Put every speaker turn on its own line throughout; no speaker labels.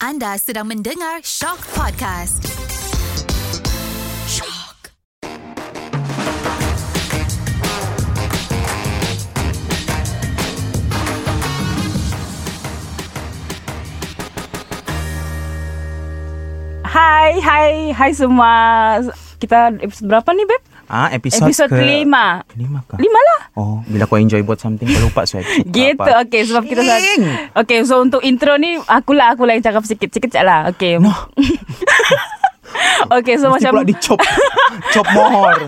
Anda sedang mendengar Shock Podcast. Shock.
Hai, hai, hai semua. Kita episod berapa ni, Beb?
Ah, episod,
Episod
ke...
lima.
Kelima kah?
Lima lah.
Oh, bila kau enjoy buat something, kau lupa so episod
Gitu,
berapa.
okay. Sebab kita saat...
Ing!
Okay, so untuk intro ni, akulah, akulah yang cakap sikit-sikit je lah. Okay.
No,
Okay, so
mesti
macam...
pula dicop. Chop mohor.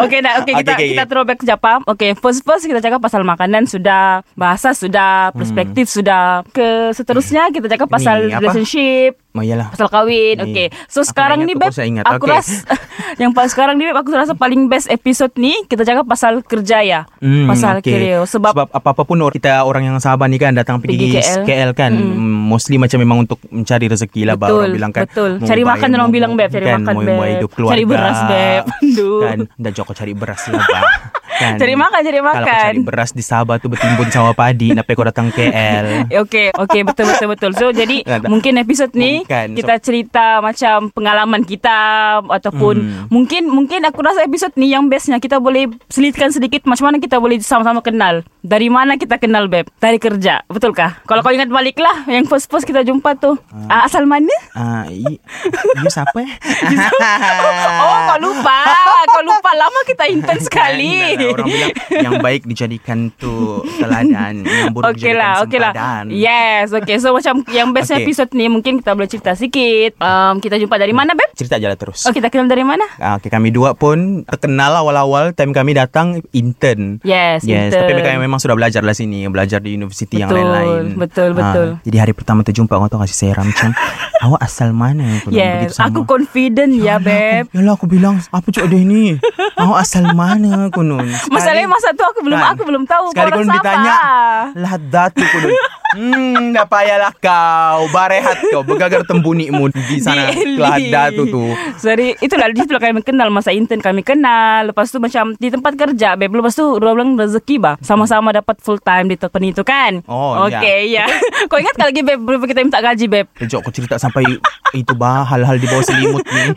Okay, nah, okay, kita
Okay, okay,
kita
okay.
throwback ke Japang. Okay, first first kita cakap pasal makanan sudah, bahasa sudah,
Hmm.
perspektif sudah. Ke seterusnya kita cakap
Ini
pasal
apa?
relationship,
Oh, iyalah.
pasal kahwin.
Ini.
Okay. So
Hmm. Aku
sekarang
ingat
ni
tu,
beb
kau saya ingat.
aku
Okay.
rasa yang pa- sekarang ni beb aku rasa paling best episode ni kita cakap pasal kerja ya.
Hmm,
pasal kerja sebab,
sebab apa-apa pun or- kita orang yang Sabah ni kan datang pergi,
Pergi KL.
KL. kan mm. mostly macam memang untuk mencari rezeki lah
Betul,
baru orang bilang kan
betul.
mau
Cari makan
bayar-
orang
mau-
bilang, Beb. Cari
kan,
makan,
mau-
Beb.
mau hidup
Cari
keluarga,
beras, Beb. Aduh.
kan dan Joko cari beras lah Pak. kan
Cari makan, cari
kalau
makan.
kau cari beras di Sabah tu bertimbun sawah padi nak kau datang KL
Okay, okay, betul, betul, betul. So, jadi
Nggak, tak.
mungkin episod ni
Bukan, so-
kita cerita macam pengalaman kita ataupun
Hmm.
mungkin mungkin aku rasa episod ni yang bestnya kita boleh selitkan sedikit macam mana kita boleh sama-sama kenal. Dari mana kita kenal, Beb? Dari kerja, betulkah? Kalau kau ingat baliklah yang first-first kita jumpa tu. Ah, asal mana?
Ah, i, you siapa eh?
Oh, kau lupa. kau lupa. Lama kita intens sekali.
Ah. Kan, Orang bilang yang baik dijadikan tu teladan, yang buruk
Okey
dijadikan
lah, okey lah.
sempadan.
Yes, okay. So macam yang best
Okey.
episode ni mungkin kita boleh cerita sikit. Um, kita jumpa dari mana, Beb?
Cerita je lah terus.
Oh, kita kenal dari mana?
Ah, Okay, kami dua pun terkenal lah awal-awal time kami datang intern.
Yes,
yes.
intern.
Tapi mereka yang memang sudah belajar lah sini, belajar di universiti yang
Betul,
lain-lain.
betul,
Ah,
betul.
jadi hari pertama terjumpa kau tahu kasih saya ramcang. Awak asal mana? Aku bilang begitu
Yes,
sama.
aku confident ya, Beb.
Aku, yalah aku bilang apa cuk ada ini. Awak asal mana aku nun? Sekali-
Masalahnya masa tu aku belum- aku belum tahu kau
Sekali kau
orang Sabah.
Kan? ditanya, lah datu aku nun. Hmm, dah payahlah kau. Barehat kau. Begagar tembunikmu di sana.
Di
Lah
LA.
datu tu.
Sorry Itulah di situ lah kami kenal Masa intern kami kenal Lepas tu macam Di tempat kerja babe. Lepas tu Dua bulan rezeki bah Sama-sama dapat full time Di company tu kan
Oh, ya.
Okay ya Kau ingat kalau lagi babe Berapa kita minta gaji babe
Kejap aku cerita sampai itu bah hal-hal di bawah selimut ni.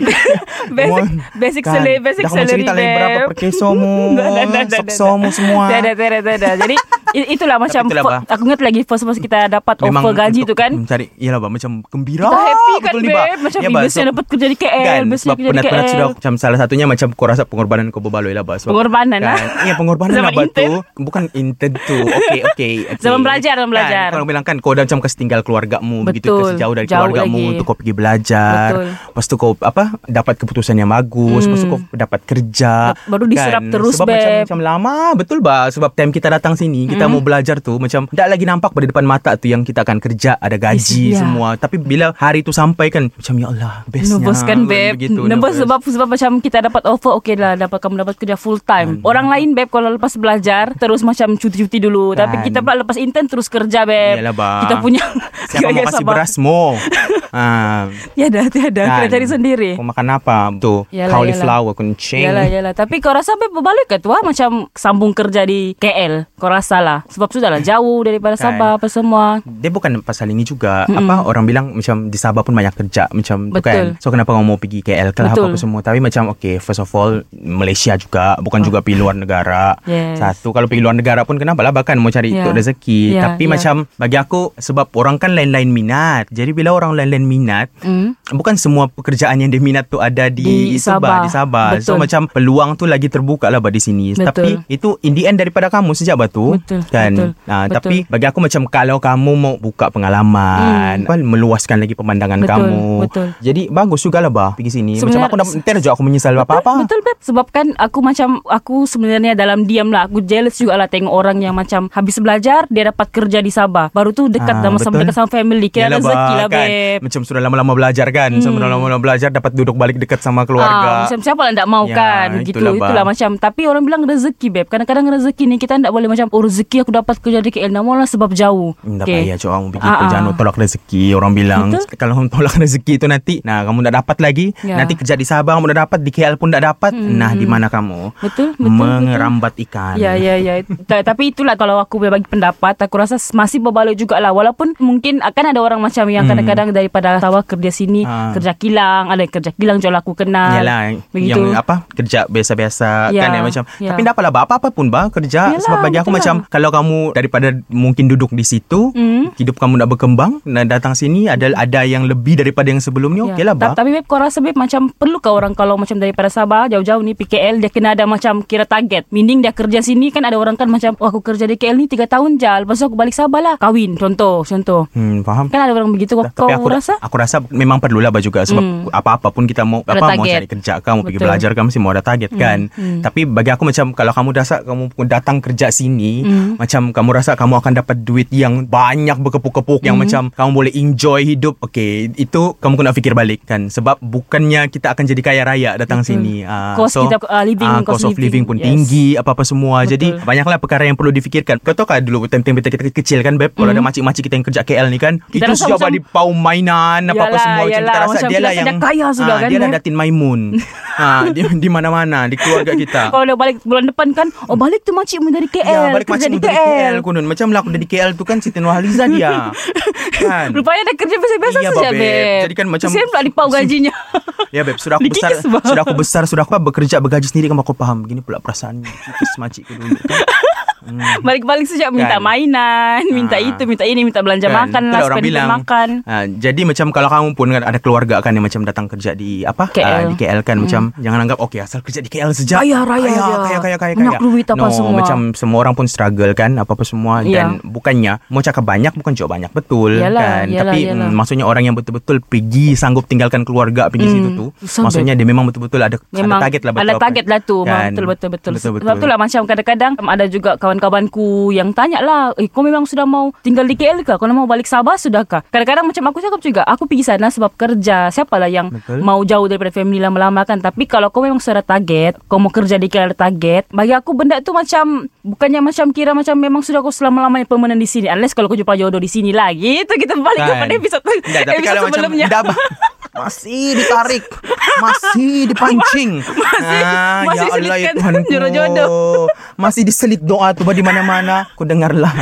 Basic
Mohon. Kan?
Basic salary Basic
dah
salary
cerita lagi
babe.
berapa per keso mu.
Dah, dah, dah, dah,
Sokso mu
dah.
semua.
Dah dah dah dah, dah dah. Jadi i- itulah macam
itulah,
fir-
bah.
aku ingat lagi first first kita dapat offer gaji tu
untuk
kan.
Mencari Yalah bah Macam gembira
Kita happy kan
betul ni, bah.
babe Macam
Ya,
yeah,
bah,
biasanya
so-
dapat kerja di KL
kan
Biasanya
sebab
kerja di
penat-penat
KL
sudah macam salah satunya macam kau rasa pengorbanan kau berbaloi lah bah sebab,
Pengorbanan,
kan,
lah.
iya pengorbanan
Zaman
lah bah
intern.
tu bukan intern tu okey okey okay.
Zaman belajar, zaman belajar.
kan, kalau bilang kan kau dah macam kasih tinggal keluargamu begitu
Betul.
kasih jauh dari
Jauh
keluargamu
lagi.
untuk kau pergi belajar
Betul.
lepas tu kau apa dapat keputusan yang bagus lepas tu kau dapat kerja
Hmm.
Kan,
Baru diserap terus,
sebab macam,
babe.
macam lama betul bah sebab time kita datang sini kita
Mm-hmm.
mau belajar tu macam tak lagi nampak pada depan mata tu yang kita akan kerja ada gaji
Yes, ya.
semua tapi bila hari tu sampai kan macam ya Allah best
Nervous kan babe
Begitu,
Nervous sebab Sebab macam kita dapat offer Okay lah dapat, Kamu dapat kerja full time
Hmm.
Orang lain babe Kalau lepas belajar Terus macam cuti-cuti dulu
Kan.
Tapi kita pula lepas intern Terus kerja babe
Yalah, bah.
Kita punya
Siapa mau
gaya
kasih
sabar. Ya
beras mo ha,
Tiada tiada Kita
kan.
cari sendiri
Kau makan apa Tu
Yalah,
Cauliflower Kuncing
Yalah, yalah. Tapi kau rasa babe berbaloi ke tu ah? Macam sambung kerja di KL. Kau rasa lah. Sebab sudah lah jauh daripada
Kan.
Sabah apa semua.
dia bukan pasal ini juga apa orang bilang macam di Sabah pun banyak kerja macam tu kan
Betul.
so kenapa kau mau pergi KL ke lah
Betul.
apa apa semua tapi macam okay first of all Malaysia juga bukan juga pergi luar negara
Yes.
satu kalau pergi luar negara pun kenapa lah bahkan mau cari
Ya.
untuk rezeki
Ya,
tapi
ya.
macam bagi aku sebab orang kan lain-lain minat jadi bila orang lain-lain minat
Hmm.
bukan semua pekerjaan yang dia minat tu ada di,
Di
itu, bah, di Sabah.
Betul.
So macam peluang tu lagi terbuka lah bah di sini.
Betul.
Tapi itu in the end daripada kamu sejak bah tu
Betul,
kan.
betul,
Ah,
betul.
tapi bagi aku macam kalau kamu mau buka pengalaman, apa, meluaskan lagi
Hmm.
pemandangan
Betul,
kamu.
betul.
Jadi bagus juga lah bah pergi sini.
Sebenarnya-
macam aku dah ter juga aku menyesal apa-apa.
Betul Beb Sebab kan aku macam Aku sebenarnya dalam diam lah Aku jealous juga lah Tengok orang yang macam Habis belajar Dia dapat kerja di Sabah Baru tu dekat
Ah,
sama, sama
betul.
dekat sama family Kira
Yalah,
rezeki
bah,
lah
kan.
Beb Hmm.
Macam sudah lama-lama belajar kan. Sudah lama-lama belajar dapat duduk balik dekat sama
Ah,
keluarga.
macam siapa lah tak mau
Ya,
kan gitu
itulah,
itulah,
Bang.
macam tapi orang bilang rezeki beb kadang-kadang rezeki ni kita tak boleh macam oh rezeki aku dapat kerja di KL namun lah sebab jauh
Hmm, Tak
Okey.
payah cok Kamu pergi
Ah,
kerja
ah.
nak tolak rezeki Orang bilang
Betul.
Kalau kamu tolak rezeki tu nanti Nah kamu tak dapat lagi
Ya. Hmm,
Nanti kerja di Sabah Kamu tak dapat Di KL pun tak dapat Nah di mana kamu
Betul, betul,
Mengerambat ikan
Ya ya ya Ta- Tapi itulah kalau aku boleh bagi pendapat Aku rasa masih berbaloi jugalah Walaupun mungkin akan ada orang macam Yang kadang-kadang daripada daripada awal kerja sini
Hmm. Ah.
kerja kilang ada kerja kilang jual aku kenal
Yalah
begitu
Yang apa Kerja biasa-biasa
Ya,
Kan yang macam
ya.
Tapi tak apalah bah, Apa-apa pun bah Kerja
Yalah,
Sebab bagi aku
betul lah.
macam Kalau kamu Daripada mungkin duduk di situ
Mm.
Hidup kamu nak berkembang Nak datang sini Ada ada yang lebih Daripada yang sebelum ni Okey lah
Ya.
bah
Ta- Tapi babe kau rasa babe macam perlu kau orang kalau macam daripada Sabah jauh-jauh ni PKL dia kena ada macam kira target. Mending dia kerja sini kan ada orang kan macam oh, aku kerja di KL ni 3 tahun je lepas tu aku balik Sabah lah kawin contoh contoh.
Hmm, faham
Kan ada orang begitu kau, kau
Lah, tapi aku
rasa? Hmm.
aku rasa memang perlulah bah juga sebab apa-apa pun kita mau
Ada
apa mau
target.
cari kerja kan mau pergi
Betul. Hmm.
belajar kan mesti mau ada target kan tapi bagi aku macam kalau kamu rasa kamu datang kerja sini
Hmm.
macam kamu rasa kamu akan dapat duit yang banyak berkepuk-kepuk yang
Hmm.
macam kamu boleh enjoy hidup okey itu kamu kena fikir balik kan sebab bukannya kita akan jadi kaya raya datang sini Ah,
Cost kita, ah, living,
ah,
cost
cost of living,
living,
pun
yes.
tinggi apa-apa semua
Betul.
jadi banyaklah perkara yang perlu difikirkan kau tahu kan dulu time-time kita, kita kecil kan beb
Hmm.
kalau ada macik-macik kita yang kerja KL ni kan
Kita
itu
rasa
siapa
macam-
di pau mainan apa-apa
Yalah,
semua macam kita
yalah.
rasa
Macam
dia
kita
lah
rasa
yang
dah kaya sudah
ah,
kan,
dia lah
Beb?
Datin Maimun ah, di, di mana-mana di keluarga kita
Kalau dia balik bulan depan kan Oh balik tu makcikmu dari KL
ya balik
kerja
macam
di
dari KL kunun macam lah aku dari KL tu kan Siti Nurhaliza dia kan
Rupanya dia kerja biasa-biasa
Iya,
saja
babe.
babe
Jadi kan macam-
Kesian pula dipau gajinya
Ya beb Sudah aku besar
Dikikis, bah.
Sudah aku besar Sudah aku bekerja Bergaji sendiri kan Aku faham Begini pula perasaan Kikis makcik dulu kan?
Balik-balik sejak minta
Kan.
mainan Minta
Ah.
itu, minta ini, minta belanja
Kan?
makan lah
Itulah orang
spend
bilang.
makan
Ah, jadi macam kalau kamu pun kan ada keluarga kan yang macam datang kerja di apa?
KL.
Ah, di KL kan macam jangan anggap okey asal kerja di KL sejak
Hmm. Kaya raya
kaya,
dia.
kaya kaya kaya
Banyak
kaya.
duit apa
no,
semua.
macam semua orang pun struggle kan apa-apa semua
Ya.
dan bukannya mau cakap banyak bukan jauh banyak betul
Yalah,
kan.
yalah,
Tapi
yalah.
mm, maksudnya orang yang betul-betul pergi sanggup tinggalkan keluarga pergi situ tu.
Susah,
maksudnya dia memang betul-betul ada
Hmm, Memang
ada target lah
Ada target lah tu kan. betul, betul betul
betul
Sebab tu lah macam kadang-kadang um, Ada juga kawan-kawanku Yang tanya lah Eh kau memang sudah mau Tinggal di KL ke? Kau nak mau balik Sabah sudah kah? Kadang-kadang macam aku cakap juga Aku pergi sana sebab kerja Siapalah yang
Betul.
Mau jauh daripada family lama-lama kan Tapi kalau kau memang sudah ada target Kau mau kerja di KL ada target Bagi aku benda tu macam Bukannya macam kira macam Memang sudah kau selama-lamanya permanent di sini Unless kalau kau jumpa jodoh di sini lah Gitu kita balik kepada episod,
Nggak, Kan? tapi
episod
kalau macam
sebelumnya
dah ba- masih ditarik masih dipancing Ah, ya
Masih- masih diselitkan
Tuhanku.
jodoh-jodoh.
masih diselit doa tu bah, di mana-mana aku dengarlah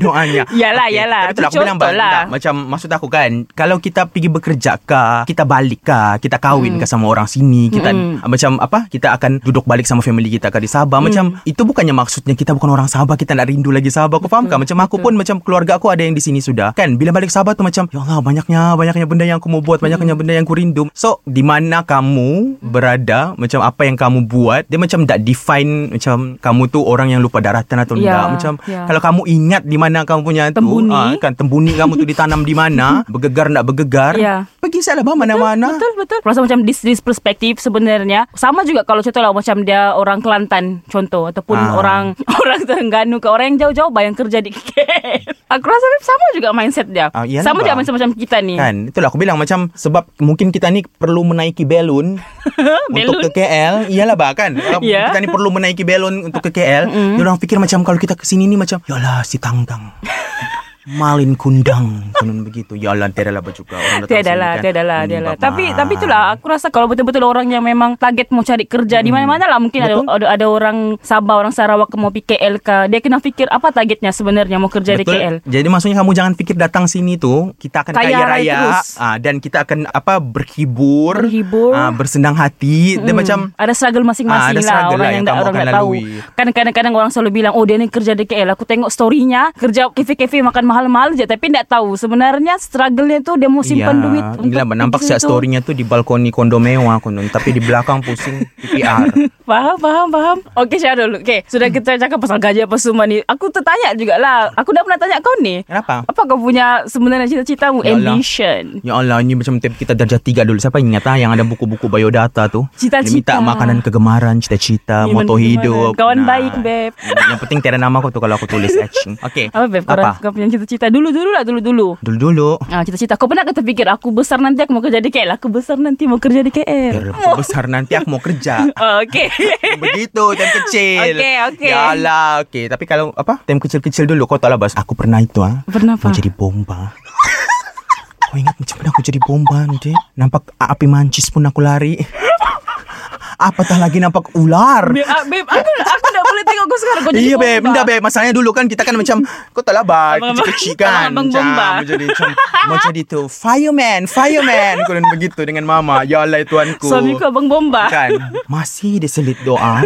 doanya
Yalah,
Okey,
yalah.
tapi tu
Itu
lah, aku bilang bah,
contoh lah.
tak, macam maksud aku kan kalau kita pergi bekerja kah kita balik kah kita kahwin
Hmm.
kah sama orang sini kita macam apa kita akan duduk balik sama family kita kah di Sabah
Hmm.
macam itu bukannya maksudnya kita bukan orang Sabah kita nak rindu lagi Sabah kau faham kah macam aku pun macam keluarga aku ada yang di sini sudah kan bila balik Sabah tu macam ya Allah banyaknya banyaknya benda yang aku mau buat
Hmm.
banyaknya benda yang aku rindu so di mana kamu berada macam apa yang kamu buat dia macam tak define macam kamu tu orang yang lupa daratan atau
Ya,
tidak macam
ya.
kalau kamu ingat di mana kamu punya tu,
Tembuni.
ah, kan tembuni kamu tu ditanam di mana bergegar nak bergegar
Ya.
pergi salah bah mana-mana
Betul betul. Rasa macam this, this perspektif sebenarnya sama juga kalau contoh lah macam dia orang Kelantan contoh ataupun
Ah.
orang orang Terengganu ke orang yang jauh-jauh bayang kerja di KL. Aku rasa Beb, sama juga mindset dia.
Ah, iyalah,
sama juga
Bang.
mindset macam kita ni.
Kan Itulah aku bilang macam Sebab mungkin kita ni Perlu menaiki belon Untuk
Belon?
ke KL Iyalah bah kan Kalau
Ya.
Kita ni perlu menaiki belon Untuk ke KL mm. Dia orang fikir macam Kalau kita kesini ni macam Yalah si tangtang Malin kundang Konon begitu Yalah tiada lah bah juga Orang datang
Tiada
sini
lah,
kan,
tiada lah,
menyebabkan-
tiada lah. Tapi tapi itulah aku rasa kalau betul-betul orang yang memang target mau cari kerja di
Hmm.
mana-mana lah mungkin ada, ada ada orang Sabah, orang Sarawak ke mau pergi KL ke, dia kena fikir apa targetnya sebenarnya mau kerja di
Betul.
KL.
Jadi maksudnya kamu jangan fikir datang sini tu kita akan
Kaya
kaya,
raya
raya
terus.
ah, dan kita akan apa berhibur,
Berhibur.
ah, bersenang hati. Dia macam
ada struggle masing-masing
Ah, ada
lah
struggle
orang
lah
yang,
yang
tak
kamu
orang
akan
tak tahu.
lalui.
Kan kadang-kadang orang selalu bilang oh dia ni kerja di KL. Aku tengok story-nya kerja kafe-kafe makan mahal-mahal je tapi tak tahu sebenarnya struggle-nya tu dia mau simpan
Ya,
duit
Gila,
untuk
nampak
pergi
siap
situ.
story-nya tu di balkoni kondo mewah konon tapi di belakang pusing PPR.
Faham, faham, faham. Okey Syarul, okey. Sudah
Hmm.
kita cakap pasal gaji apa semua ni. Aku tertanya jugalah. Aku dah pernah tanya kau ni.
Kenapa?
Apa kau punya sebenarnya cita-citamu?
Ya Allah.
Ambition.
Ya Allah ni macam tip kita darjah tiga dulu. Siapa ingat ah yang ada buku-buku biodata tu?
Cita-cita.
Dia minta makanan kegemaran, cita-cita,
Minuman
moto
kegemaran.
hidup. Nah,
Kawan baik, Beb.
Yang penting tiada nama aku tu kalau aku tulis etching. Okey.
Apa Beb? Kau,
Apa?
kau punya cita-cita dulu-dulu lah, dulu-dulu.
Dulu-dulu.
Ah, cita-cita. Kau pernah ke terfikir aku besar nanti aku mau kerja di KL? Aku besar nanti mau kerja di
Biar
KL.
aku besar nanti aku mau kerja.
Oh, okay.
oh. Begitu time kecil
Okey, okey.
Ya Allah okay. Tapi kalau apa Time kecil-kecil dulu Kau tak lah bas Aku pernah itu ah.
Pernah apa?
Mau jadi bomba Kau ingat macam mana aku jadi bomba nanti Nampak api mancis pun aku lari apatah lagi nampak ular.
Babe, ah, babe aku, aku tak boleh tengok kau sekarang. Kau jadi
Iya babe,
bomba.
benda babe. Masalahnya dulu kan kita kan macam kau tak labar,
Abang-
kecil-kecil kan.
Abang bomba.
macam jadi macam macam itu fireman, fireman. Kau dan begitu dengan mama. Ya Allah tuanku.
Suami kau abang bomba.
Kan Masih dia selit doa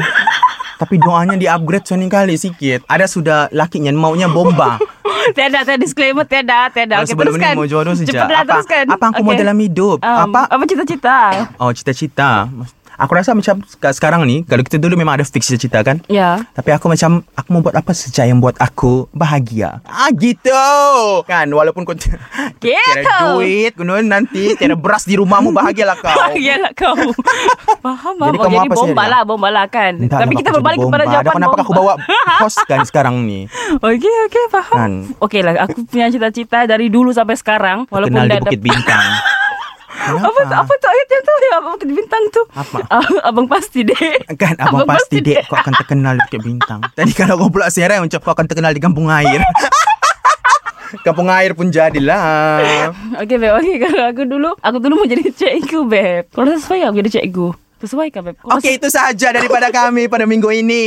Tapi doanya di upgrade Sini kali sikit Ada sudah lakinya Maunya bomba
tiada, tiada disclaimer, tiada, tiada.
Kalau
Okey,
sebelum ni
teruskan.
mau jodoh sejak
Cepatlah
apa,
teruskan.
apa aku mau
Okey.
dalam hidup
Um,
Apa
Apa cita-cita?
Oh cita-cita Aku rasa macam seka- Sekarang ni Kalau kita dulu memang ada fix cita-cita kan
Ya.
Tapi aku macam Aku mau buat apa sejak yang buat aku Bahagia Ah gitu Kan walaupun kau t-
Gitu.
Tiada duit kau Nanti tiada beras di rumahmu Bahagialah kau
Iyalah kau. Faham, faham.
Jadi
Jadi, oh,
kau mau
jadi
apa
bomba
sebenarnya?
lah, bomba lah kan.
Entah
Tapi kita
kenapa aku jadi
berbalik kepada
bomba.
jawapan
Ada kenapa aku bawa host kan sekarang ni
Okey, okey, faham.
Kan.
Okey lah, aku punya cita-cita dari dulu sampai sekarang. Walaupun
Kenal
dah
di Bukit Bintang Kenapa?
Apa tu, apa tu ayat yang tu ya abang Bukit bintang tu?
Apa?
Ah, abang pasti dek.
Kan abang, pasti dek Kau akan terkenal di Bukit Bintang Tadi kalau kau pula siaran Macam kau akan terkenal di Kampung Air Kampung Air pun jadilah
Okey beb, okey kalau aku dulu, aku dulu mau jadi cikgu beb. Kalau sesuai aku jadi cikgu. Sesuai kah beb? Kalau
Okey itu sahaja daripada kami pada minggu ini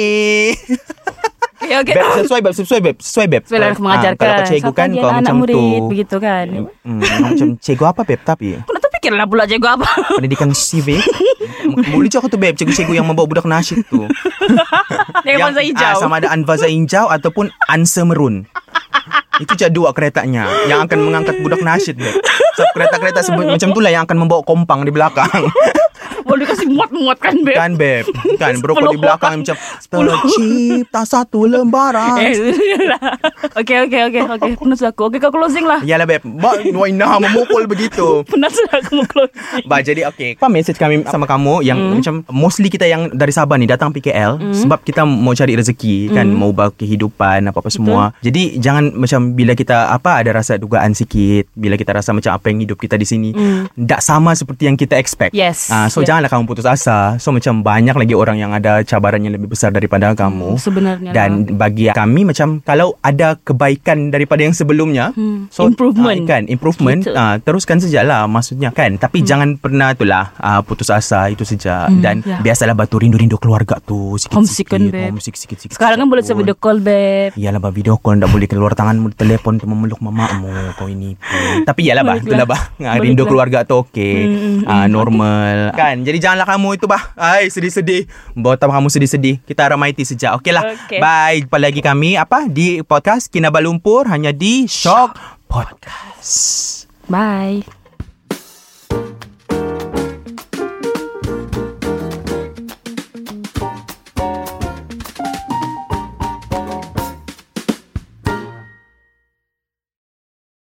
sesuai- Okey, okey.
Beb sesuai beb sesuai beb Sesuai beb
Sebab lah aku
Ah,
mengajarkan.
Kalau kau cikgu kan
Siapa
kau
dia anak
macam
murid,
tu
begitu kan.
Hmm, kau macam cikgu apa beb tapi
Aku nak terfikirlah pula cikgu apa.
Pendidikan civic Boleh cakap tu beb Cikgu-cikgu yang membawa budak nasyid tu
Yang masa hijau.
ah, Sama ada Anfaza Hijau Ataupun Ansa Merun Itu je dua keretanya Yang akan mengangkat budak nasyid ni so, Kereta-kereta sebe- macam tu lah Yang akan membawa kompang di belakang
Boleh kasih muat-muat kan beb.
Kan beb Kan berokok di
Sepuluh
belakang Macam Sepuluh cipta satu lembaran
Eh, lah. Okey, okey, okey, okey. Penat sudah aku. Okey, kau closing lah.
Yalah beb Ba- Wainah memukul begitu
Penat sudah aku mau closing.
Ba, jadi okay Apa message kami sama kamu Yang
Hmm.
macam Mostly kita yang dari Sabah ni Datang PKL Sebab kita mau cari rezeki Kan
Hmm.
mau ubah kehidupan Apa-apa semua Jadi jangan macam Bila kita apa Ada rasa dugaan sikit Bila kita rasa macam Apa yang hidup kita di sini Tak sama seperti yang kita expect
Hmm. Yes.
Ah, So
Yeah.
janganlah kamu putus asa So macam banyak lagi orang Yang ada cabaran yang lebih besar Daripada kamu
Hmm, sebenarnya lah.
Dan bagi kami macam Kalau ada kebaikan Daripada yang sebelumnya
Hmm, Improvement.
ah, kan improvement
Gitu.
ah, teruskan sajalah maksudnya kan
Hmm.
tapi jangan pernah itulah ah, putus asa itu saja dan
ya.
biasalah batu rindu-rindu keluarga tu sikit-sikit
Homesick kan, babe?
homesick sikit-sikit
Sekarang kan boleh bisa video call, beb.
Yalah bah video call tak boleh keluar tanganmu di telefon tu memeluk mamakmu kau ini. pun. Tapi yalah bah
Baliklah.
itulah bah Ah, rindu
Baliklah.
keluarga tu okey.
Hmm,
Ah, normal kan. Jadi janganlah kamu itu bah. Ai sedih-sedih. Bawa tahu kamu sedih-sedih. Kita Ramaiti sejak. Okeylah.
Okey.
Bye. Jumpa lagi kami apa di podcast Kinabalumpur hanya di Shock Podcast.
Bye.